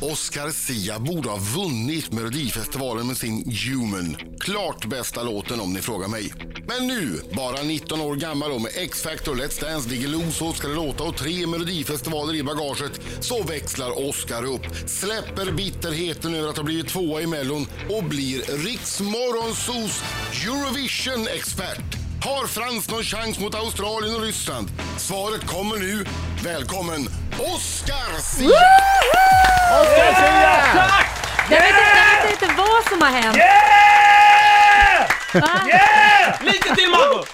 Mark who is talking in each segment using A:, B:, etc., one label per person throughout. A: Oscar Sia borde ha vunnit Melodifestivalen med sin Human. Klart bästa låten om ni frågar mig. Men nu, bara 19 år gammal och med X-Factor, Let's Dance, Diggiloo, Så ska det låta och tre Melodifestivaler i bagaget, så växlar Oscar upp, släpper bitterheten över att ha blivit tvåa i Mellon och blir Riksmorgonsos Eurovision-expert. Har Frans någon chans mot Australien och Ryssland? Svaret kommer nu. Välkommen Oscar Sia!
B: Oscar Sia!
C: Jag vet, inte, jag vet inte vad som har hänt. Va?
D: Lite till Marco!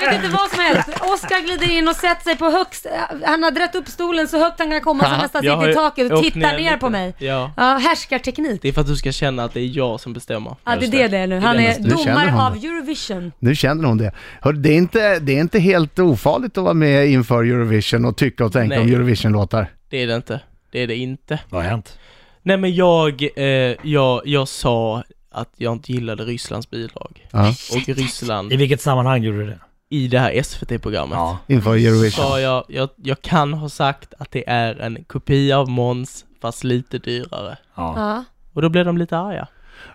C: Jag vet inte vad som har hänt. Oskar glider in och sätter sig på högst... Han har dragit upp stolen så högt han kan komma så han
D: Ja,
C: nästan
D: jag
C: sitter i
D: har ju
C: taket och
D: åkt
C: tittar ner,
D: ner
C: på
D: lite.
C: mig.
D: Ja.
C: ja härskarteknik.
D: Det är för att du ska känna att det är jag som bestämmer.
C: Ja, det är det det är nu. Han
D: denna
C: är
D: stund.
B: Nu känner
C: domare
B: han
C: av Eurovision.
B: Nu känner hon det. Hör, det, är inte, det är inte helt ofarligt att vara med inför Eurovision och tycka och tänka
D: Nej.
B: om Eurovision-låtar.
D: Det är det inte. Det är det inte.
E: Vad har hänt?
D: Nej men jag, eh, jag, jag sa att jag inte gillade Rysslands bidrag.
B: Ja,
D: Och Ryssland
E: I vilket sammanhang gjorde du det?
D: i det här SVT-programmet.
B: inför Eurovision.
D: Sa jag, jag, jag kan ha sagt att det är en kopia av Måns fast lite dyrare.
E: ja.
C: Ja.
D: Och då blev de lite arga.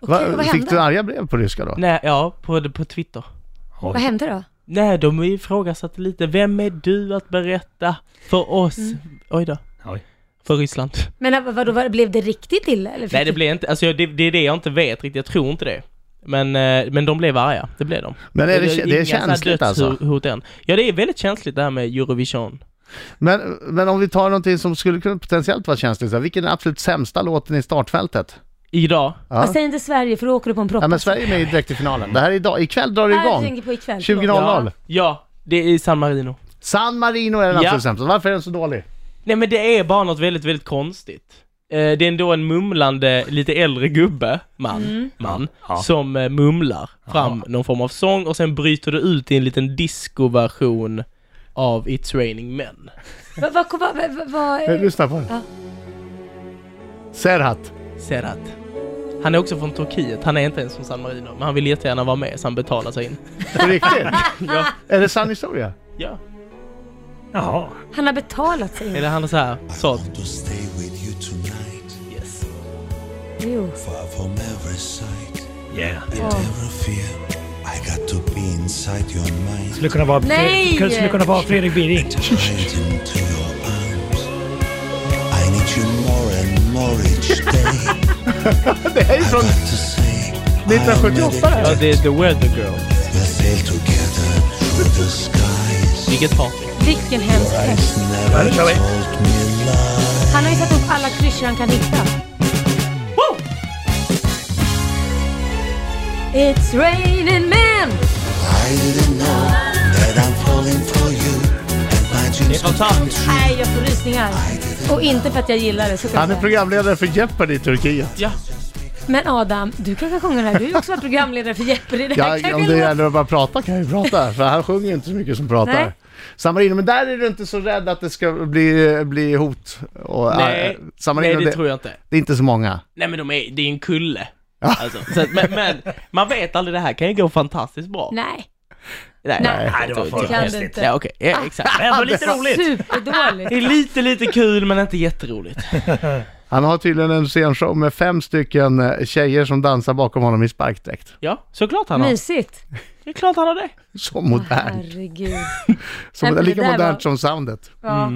C: Okej, och vad
B: fick
C: hände?
B: du arga brev på ryska då?
D: Nej, ja, på, på Twitter.
C: Vad hände då?
D: Nej, de ifrågasatte lite. Vem är du att berätta för oss?
C: Mm.
D: Oj då.
E: Oj.
D: För Ryssland.
C: Men eh, vadå, vad, blev det riktigt illa? Eller fick
D: Nej, det
C: du-
D: blev inte, alltså jag- det, det är det jag inte vet riktigt. Jag tror inte det. Men, eh, men de blev arga, det blev de.
B: Men är det,
D: Eller
B: kä- det är
D: inga sådana
B: känsligt alltså?
D: dödshot än. Ja, det är väldigt känsligt det här med Eurovision.
B: Men, men om vi tar någonting som skulle kunna potentiellt vara känsligt, så här, vilken är den absolut sämsta låten i startfältet?
D: Idag,
B: Ja.
C: Ja. Säg inte Sverige för då åker du på en propp.
B: Ja, men Sverige är med direkt i finalen. Det här är idag, ikväll drar det
C: Ja, jag
B: igång.
C: tänker på ikväll.
B: 20.00.
C: förlåt.
D: Ja, ja, det är San Marino.
B: San Marino är den
D: Ja.
B: absolut sämsta. Varför är den så dålig?
D: Nej men det är bara något väldigt, väldigt konstigt. Eh, Det är ändå en mumlande, lite äldre gubbe, man, man,
E: Ja.
D: som eh, mumlar fram någon form av sång och sen bryter det ut i en liten discoversion av It's Raining Men.
C: Vad, vad, vad, vad, vad,
B: Eh, Lyssna på den.
C: Ja.
B: Serhat.
D: Serhat. Han är också från Turkiet, han är inte ens från San Marino, men han vill jättegärna vara med så han betalar sig in.
B: På riktigt?
D: Ja.
B: Är det sann historia?
D: Ja.
E: Jaha.
C: han har betalat sig in.
D: Eller han är så här,
F: Alltså,
D: sa att,
F: to stay with you tonight,
D: yes.
C: Jo.
F: far from every sight
E: Yeah.
F: and every fear. I got to be inside your mind,
E: Skulle kunna vara,
C: Nej!
E: Fre- skulle kunna vara Fredrik Birring.
F: tied into your arms. I need you more and more each day.
B: Det är ju
F: I
B: från...
F: got to say, I'll
B: 1978 här.
D: Ja, det är The Weather Girls.
F: we'll sail together through the skies.
D: Vilket party.
C: Vilken hemsk fest.
F: It's never
E: Right, shall we?
F: told me lies.
C: Han har ju satt upp alla klyschor han kan hitta. It's raining men!
F: I didn't know that I'm falling for you. And my
D: Det är
F: dreams
D: fantastiskt.
C: Nej, jag får rysningar. Och inte för att jag gillar det. Så kan jag
B: Han är
C: säga.
B: programledare för Jeopardy i Turkiet.
D: Ja.
C: Men Adam, du kanske sjunger det här. Du är ju också programledare för Jeopardy. Det här
B: Ja,
C: kanske
B: om det
C: låter-
B: gäller att bara prata kan jag ju prata, för han sjunger ju inte så mycket som pratar.
C: Nej.
B: San Marino, men där är du inte så rädd att det ska bli, bli hot? Och,
D: Nej,
B: äh, San Marino,
D: nej det tror jag inte.
B: det är inte så många.
D: Nej men de är, det är en kulle. Alltså, så att, men, men man vet aldrig, det här kan ju gå fantastiskt bra.
C: Nej,
D: nej,
C: nej.
E: Nej, det var för
C: det kan du
E: konstigt.
D: Ja
C: inte. Ah.
D: okej, ja, exakt.
E: Men ändå lite roligt.
D: Det
C: Superdåligt.
D: är lite, lite kul men inte jätteroligt.
B: Han har tydligen en scenshow med fem stycken eh, tjejer som dansar bakom honom i sparkdräkt.
D: Ja, såklart han har.
C: Mysigt.
D: Det är klart han har det.
B: Så modernt.
C: Herregud.
B: Så
C: Nej, men
B: lika
C: det där
B: modernt
C: var-
B: som soundet.
C: Ja.
E: Mm.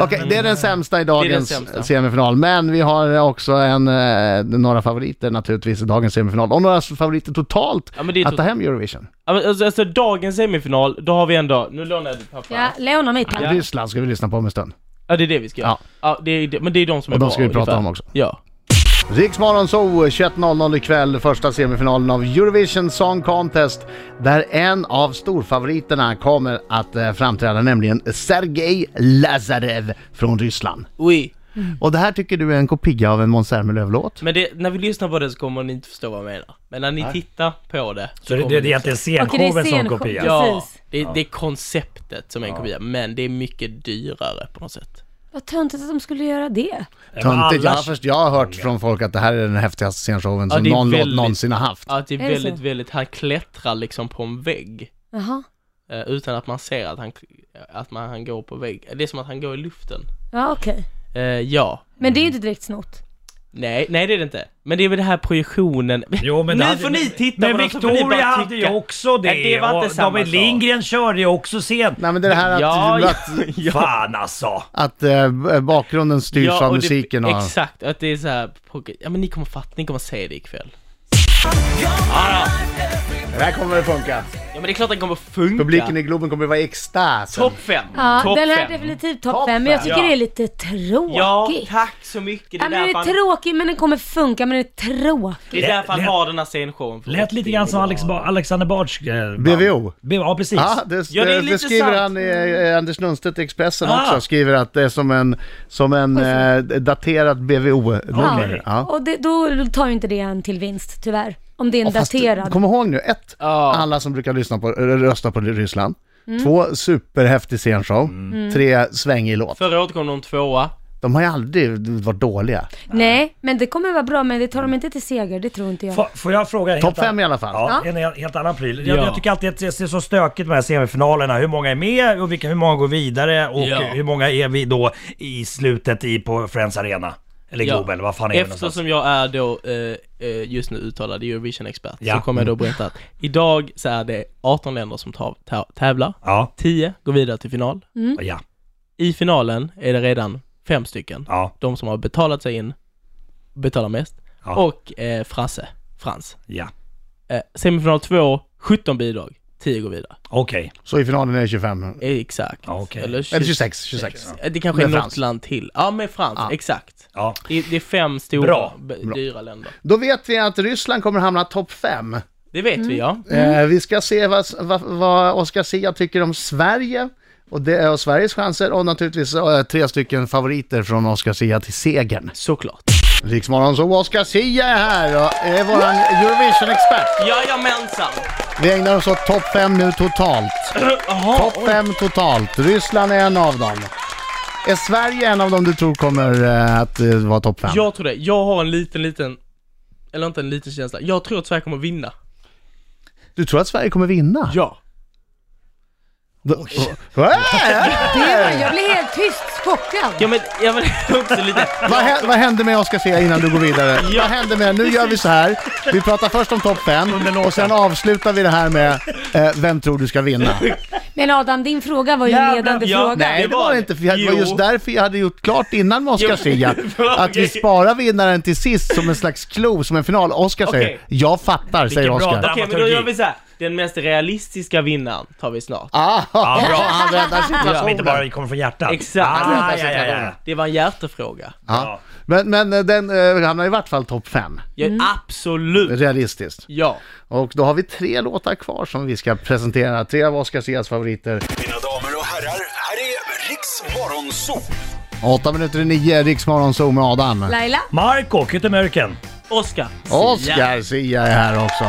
B: Okej, det är den sämsta i
D: Det är den
B: dagens eh,
D: sämsta.
B: semifinal. Men vi har också en, eh, några favoriter naturligtvis i dagens semifinal. Och några favoriter totalt
D: Ja, men det är
B: att ta
D: tot-
B: hem Eurovision.
D: Ja, men Alltså, alltså dagens semifinal, då har vi ändå, nu lånar jag ditt papper.
C: Ja, låna mitt.
D: Ja.
B: Ryssland ska vi lyssna på om en stund.
D: ja, det är det vi ska göra.
B: Ja.
D: Ja. det är, det- men det är de som är
B: Och de
D: bra
B: ska vi prata
D: ungefär.
B: om också.
D: Ja.
B: Riksmorgon Zoo 21.00 ikväll, första semifinalen av Eurovision Song Contest där en av storfavoriterna kommer att eh, framträda, nämligen Sergej Lazarev från Ryssland.
D: Oui.
B: Och det här tycker du är en kopia av en Måns Zelmerlöw-låt?
D: Men det, när vi lyssnar på det så kommer ni inte förstå vad jag menar. Men när ni tittar på det så,
E: Så det,
D: kommer
E: det är
D: ni
E: egentligen
C: Okej, det är
E: scenshowen som
C: scenshow.
E: kopia?
D: Ja,
C: Precis.
D: det, det är konceptet som är en kopia, men det är mycket dyrare på något sätt.
C: Vad töntigt att de skulle göra det.
E: Men alla-
B: Töntigt. Jag, har först, jag har hört från folk att det här är den häftigaste scenshowen
D: Ja,
B: som
D: det är
B: någon låt
D: väldigt-
B: någonsin har haft.
D: Att det är,
C: Är det så?
D: väldigt, väldigt, han klättrar liksom på en vägg
C: Jaha.
D: eh, utan att man ser att han, att man, han går på vägg. Det är som att han går i luften.
C: Ja, okej.
D: Eh, ja,
C: Men det är ju inte direkt snott.
D: Nej, nej det är det inte. Men det är väl den här projektionen.
E: Jo, men
D: nu
E: det hade-
D: får ni titta
E: Men
D: på dem så får ni bara
E: Victoria hade ju
D: tycka.
E: också det.
D: Nej, det var inte
E: och
D: samma
E: David
D: sak.
E: Lindgren körde ju också sent.
B: Nej men det här att,
D: Ja, ja,
B: att,
D: ja.
E: Fan alltså!
B: att eh, bakgrunden styrs
D: Ja,
B: av
D: och det-
B: musiken och...
D: Exakt, att det är så här, ja men ni kommer fatta, ni kommer se det ikväll.
B: Det här kommer det funka.
D: Ja men det är klart att det kommer funka.
B: Publiken i Globen kommer vara i extas.
D: Topp fem!
C: Ja,
D: Topp
C: den här är
D: fem.
C: definitivt topp
B: Topp
C: 5, men jag
B: fem.
C: tycker
D: Ja.
C: det är lite tråkigt.
D: Ja, tack så mycket. Det är,
C: Ja, men den
D: därför,
C: är
D: han,
C: tråkig men den kommer funka, men den är tråkig.
D: det är därför han
E: Lät-
D: har den här scenshowen. för
E: Lät
D: oss.
E: lite
D: Det
E: grann
D: är
E: som
D: bra.
E: Alex ba- Alexander Bards... eh, band.
B: BVO.
E: B- Ah, Ja, precis.
B: Ja, det,
D: Ja, det är
B: det,
D: lite
B: skriver
D: sant.
B: han, i, eh, Anders Lundstedt i Expressen
E: Ah.
B: också, skriver att det är som en, som en eh, daterad BVO-nummer.
E: Okej.
B: Ja.
C: Och det, då tar ju inte det en till vinst, tyvärr. Om det är en
B: Fast,
C: daterad.
B: kom ihåg nu, ett,
D: Ja.
B: alla som brukar lyssna på, eller rösta på Ryssland.
C: Mm.
B: Två, superhäftig scenshow.
D: Mm.
B: Tre, svängig låt.
D: Förra året kom de tvåa.
B: De har ju aldrig varit dåliga.
C: Nej, men det kommer vara bra, men det tar de inte till seger, det tror inte jag.
E: F- Får jag fråga? en
B: Topp
E: helt
B: fem
E: annan-
B: i alla fall.
E: Ja,
C: Ja.
E: en hel- helt annan pryl. Jag,
D: Ja.
E: jag tycker alltid att det det är så stökigt med de här semifinalerna. Hur många är med och vilka, hur många går vidare och
D: Ja.
E: hur många är vi då i slutet i, på Friends Arena? Eller Globen, eller vad fan är det någonstans?
D: Eftersom jag är då eh, eh, just nu uttalad Eurovision-expert
E: Ja.
D: så kommer jag då berätta att idag så är det 18 länder som ta- ta- tävlar.
E: Ja,
D: 10 går vidare till final.
C: Mm.
E: ja,
D: I finalen är det redan fem stycken.
E: ja,
D: De som har betalat sig in betalar mest.
E: Ja.
D: Och eh, Frasse, Frans.
E: ja.
D: Eh, semifinal 2, 17 bidrag. 10 går vidare.
E: Okej.
B: Så i finalen är det 25.
D: Exakt.
E: Ja, okej.
B: Eller 26, 26.
D: Eh, Det kanske
B: Med
D: är något
B: Frans.
D: land till. Ja, med Frans.
B: Ja.
D: Exakt.
E: Ja.
D: Det, det är fem stora,
E: Bra.
D: b- dyra länder.
B: Då vet vi att Ryssland kommer hamna topp 5.
D: Det vet vi, ja.
B: Eh, vi ska se vad, vad, vad Oscar Sia tycker om Sverige och, det, och Sveriges chanser och naturligtvis eh, tre stycken favoriter från Oscar Sia till segern.
D: Såklart.
B: Riksmorgon så Oscar Sia är här och är våran Eurovision-expert.
D: Jajamensan!
B: Vi ägnar oss åt topp 5 nu totalt.
D: Jaha,
B: Topp 5 totalt. Ryssland är en av dem. Är Sverige en av dem du tror kommer eh, att eh, vara topp 5?
D: jag tror det. Jag har en liten, liten... Eller inte en liten känsla. Jag tror att Sverige kommer vinna.
B: Du tror att Sverige kommer vinna?
D: Ja.
B: Då- Äh!
C: Det- Jag blir helt tyst chockad.
D: Ja men, ja men också lite...
B: Vad, hä- vad hände med Oscar Sia innan du går vidare?
D: Ja.
B: Vad hände med, nu gör vi så här. Vi pratar först om topp 5 och sen avslutar vi det här med eh, vem tror du ska vinna?
C: Men Adam, din fråga var ju en
E: Jävlar,
C: ledande
D: ja,
C: fråga.
B: Nej det var det inte, för jag- det var
D: Jo.
B: just därför jag hade gjort klart innan med Oscar
D: Jo.
B: Sia att vi sparar vinnaren till sist som en slags clou, som en final. Oscar säger
D: Okej.
B: “Jag fattar” säger
E: bra
B: Oscar.
E: dramatik.
D: Okej men då gör vi så här. Den mest realistiska vinnaren tar vi snart.
B: Ah,
E: bra.
B: han räddar
E: Som inte
B: situationen.
E: bara kommer från hjärtat.
D: Exakt.
E: Ah, ja, ja, ja.
D: Det var en hjärtefråga.
B: Ja. Men, men eh, den eh, hamnar i vart fall topp 5,
D: Ja, Absolut!
B: realistiskt.
D: Ja.
B: Och då har vi tre låtar kvar som vi ska presentera, tre av Oscar Sias favoriter.
F: Mina damer och herrar, här är Riks Morgonzoo!
B: Åtta minuter i nio, Riksmorgon Zoo med Adam.
C: Laila?
E: Marco, Kyttemörken.
D: Oscar.
B: Oscar Sia är här också.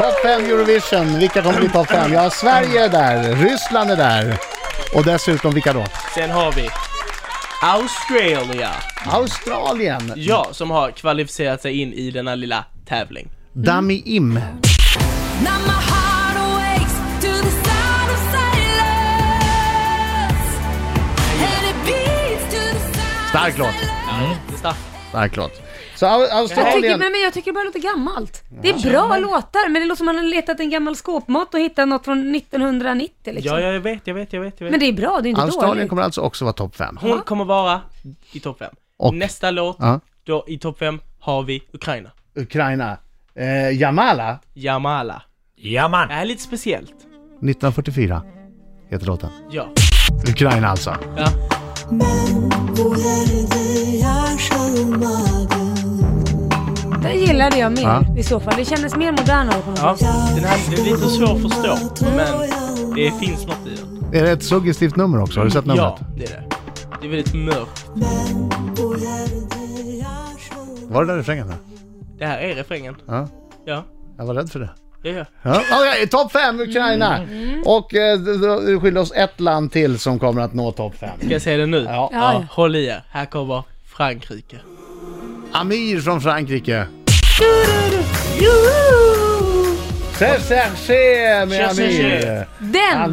B: Topp 5 Eurovision, vilka kommer bli topp 5? Ja, Sverige är där, Ryssland är där. Och dessutom vilka då?
D: Sen har vi Australia.
B: Australien,
D: Ja, som har kvalificerat sig in i denna lilla tävling.
B: Dami Im.
G: Now my heart awakes to the sound of silence, and it beats to the sound.
B: Stark låt,
D: Det är starkt.
B: stark låt. Så Au-
C: Jag tycker,
B: Australien,
C: men, men jag tycker det bara låter gammalt. Det är bra låtar, men det låter som att man har letat i en gammal skåpmat och hittat något från 1990 liksom.
D: Ja, ja, jag vet, jag vet, jag vet. Jag vet.
C: Men det är bra, det är inte
B: Australien
C: dåligt.
B: kommer alltså också vara topp 5.
D: Hon kommer vara i topp 5.
B: Och?
D: Nästa låt,
B: Ja.
D: då i topp 5 har vi Ukraina.
B: Ukraina, eh, Jamala,
D: Jamala.
E: Ja, man.
D: Det här är lite speciellt.
B: 1944 heter låten.
D: Ja.
B: Ukraina alltså.
D: ja.
C: Den gillade jag mer
B: Ja.
C: i så fall. Det kändes mer modernare på något
D: ja.
C: sätt.
D: Den här är lite svår att förstå, men det finns något i den.
B: Är det ett suggestivt nummer också? Har du sett numret?
D: Ja, det är det. Det är väldigt mörkt.
B: Var det där refrängen? då?
D: Det här är refrängen.
B: Ja.
D: Ja,
B: Jag var rädd för det.
D: ja, ja.
B: Ja, okej, topp 5 Ukraina! Och eh, d- d- du skyller oss ett land till som kommer att nå topp 5.
D: Ska jag säga det nu?
B: Ja,
C: Ja, ja.
D: Håll i er, här kommer Frankrike.
B: Amir från Frankrike. C'est cherché, mes
D: Cherchez,
B: amis!
D: cherchez.
B: Han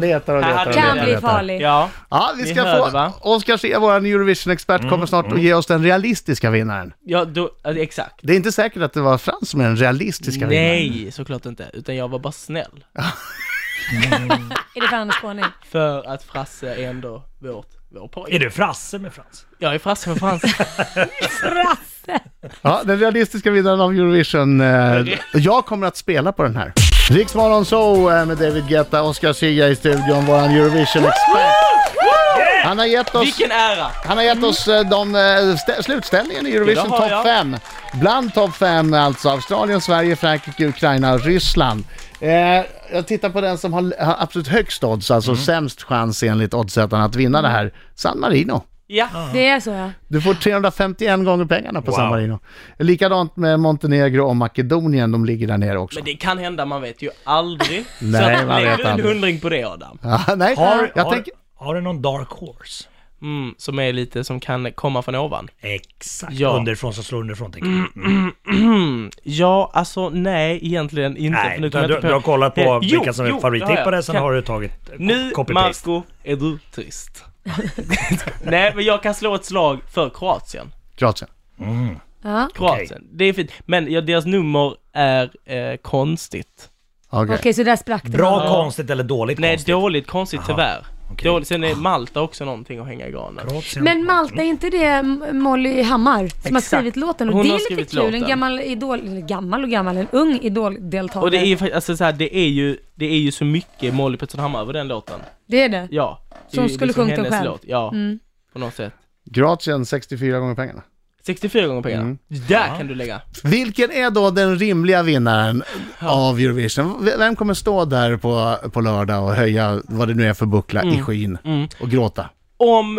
C: Den
B: letar och
D: Här
B: letar och
D: hade
B: letar.
C: kan
D: vi
B: och
C: bli
B: letar.
C: farlig.
D: Ja.
B: Ja, vi
D: Ni
B: ska
D: hörde,
B: få...
D: va?
B: Oskar Zia, vår Eurovision-expert, kommer snart att ge oss den realistiska vinnaren.
D: Ja, då, ja, det- exakt.
B: Det är inte säkert att det var Frans som är den realistiska vinnaren.
D: Nej, såklart inte. Utan jag var bara snäll.
C: Är det för Anders Skåning?
D: För att Frasse är ändå vårt, vår
E: Är
D: pojk.
E: du Frasse med Frans?
D: Jag är Frasse med Frans.
C: Frasse!
B: Ja, den realistiska vinnaren av Eurovision. Eh, jag kommer att spela på den här. Riksmorgon Zoo eh, med David Guetta, Oskar Zia i studion, vår Eurovision-expert. Han har gett oss...
D: Vilken ära!
B: Han har gett oss eh, de, eh, stä- slutställningen i Eurovision
D: Ja, det har jag.
B: topp 5. Bland topp 5 alltså Australien, Sverige, Frankrike, Ukraina och Ryssland. Eh, jag tittar på den som har, har absolut högst odds, alltså
D: Mm.
B: sämst chans enligt oddsättarna att vinna det här. San Marino.
D: Ja,
C: Det är så ja.
B: Du får 351 gånger pengarna på
E: Wow.
B: San Marino. Likadant med Montenegro och Makedonien, de ligger där nere också.
D: men det kan hända, man vet ju aldrig.
B: Nej,
D: så att,
B: man
D: lägger
B: vet
D: du en
B: aldrig.
D: hundring på det Adam.
B: Ja, Ah, nej,
E: Har,
B: jag
E: har,
B: tänker...
E: har du någon dark horse?
D: Mm, som är lite, som kan komma från ovan.
E: Exakt.
D: Ja.
E: Underifrån som slår underifrån tänker jag.
D: Ja, alltså nej, egentligen inte.
E: Nej,
D: för nu
E: du,
D: kommer jag
E: du,
D: inte
E: du har kollat på
D: Eh, jo,
E: vilka som är
D: jo, det har
E: favorittippare,
D: jag.
E: sen
D: Kan-
E: har du tagit
D: Nu,
E: copy-paste.
D: Marco, är du trist. nej, men jag kan slå ett slag för Kroatien.
B: Kroatien.
C: ja.
D: Kroatien, det är fint. Men ja, deras nummer är eh, konstigt.
B: Okej.
C: Okej, så där sprack det.
E: Bra
D: Ja.
E: konstigt eller dåligt
D: Nej,
E: konstigt?
D: dåligt konstigt tyvärr.
E: okej. Ah.
D: Dåligt, sen är Malta också någonting att hänga i granen.
E: Kroatien.
C: Men Malta, är inte det M- Molly Hammar som har
D: Exakt.
C: skrivit låten? Och
D: Hon
C: det
D: har
C: är lite
D: skrivit
C: kul, en
D: låten.
C: gammal idol, eller gammal och gammal, en ung idoldeltagare.
D: Och det är ju fakt- alltså, så här, det är ju, det är ju så mycket Molly Pettersson Hammar över den låten.
C: det. Är det.
D: Ja. Det är
C: Som
D: ju liksom
C: skulle sjungt den
D: hennes
C: själv. Mm.
D: Låt. Ja, på något sätt.
B: Kroatien 64 gånger pengarna.
D: 64 gånger pengarna. Där kan du lägga.
B: Vilken är då den rimliga vinnaren av Eurovision? V- Vem kommer stå där på, på lördag och höja vad det nu är för buckla
E: Mm.
B: i skyn och gråta?
D: Om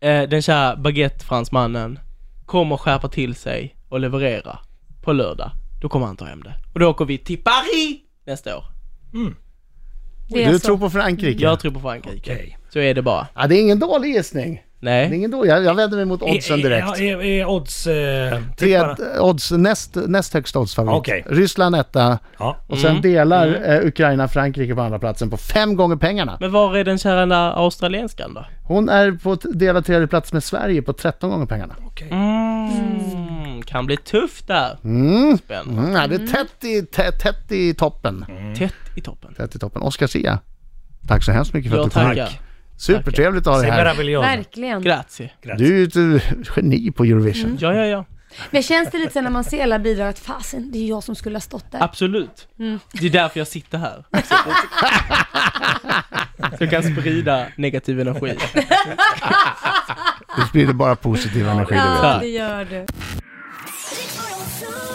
D: eh, den kära baguette-fransmannen kommer skärpa till sig och leverera på lördag, då kommer han ta hem det. Och då åker vi till Paris nästa år.
C: Det är alltså-
B: Du
C: så.
B: tror på Frankrike?
D: Jag tror på Frankrike.
E: Okej.
D: Så är det bara.
B: Ja, det är ingen dålig gissning. Det är
D: Nej.
B: ingen dålig. Jag, jag vänder mig mot oddsen
E: Eh, Ja,
B: direkt.
E: Är, är, odds... Eh,
B: Tre
E: tipparna?
B: odds, näst, näst högsta oddsfavorit.
E: Okej.
B: Ryssland etta
E: Ja.
B: och sen
D: Mm.
B: delar eh, Ukraina Frankrike på andra platsen på fem gånger pengarna.
D: Men var är den kära den där australienskan då?
B: Hon är på t- delad tredje plats med Sverige på 13 gånger pengarna.
D: Mm, kan bli tufft där. Spännande. Mm.
B: Mm, ja, det är tätt i, tätt, tätt i toppen.
D: Tätt i toppen.
B: Tätt i toppen. Oskar Zia, tack så hemskt mycket för att
D: Jag
B: du kom hit.
D: tackar.
B: Supertrevligt att ha dig
E: Säg bara
B: här.
E: vill jag.
C: Verkligen.
D: Grazie.
B: Du är ju ett eh, geni på Eurovision.
D: Ja, ja, ja.
C: Men känns det lite sen när man ser alla bidrag att fasen, det är jag som skulle ha stått där.
D: Absolut. Det är därför jag sitter här. Så jag kan sprida negativ energi.
B: Du sprider bara positiv energi. du vet.
C: ja, det gör du.
G: Riks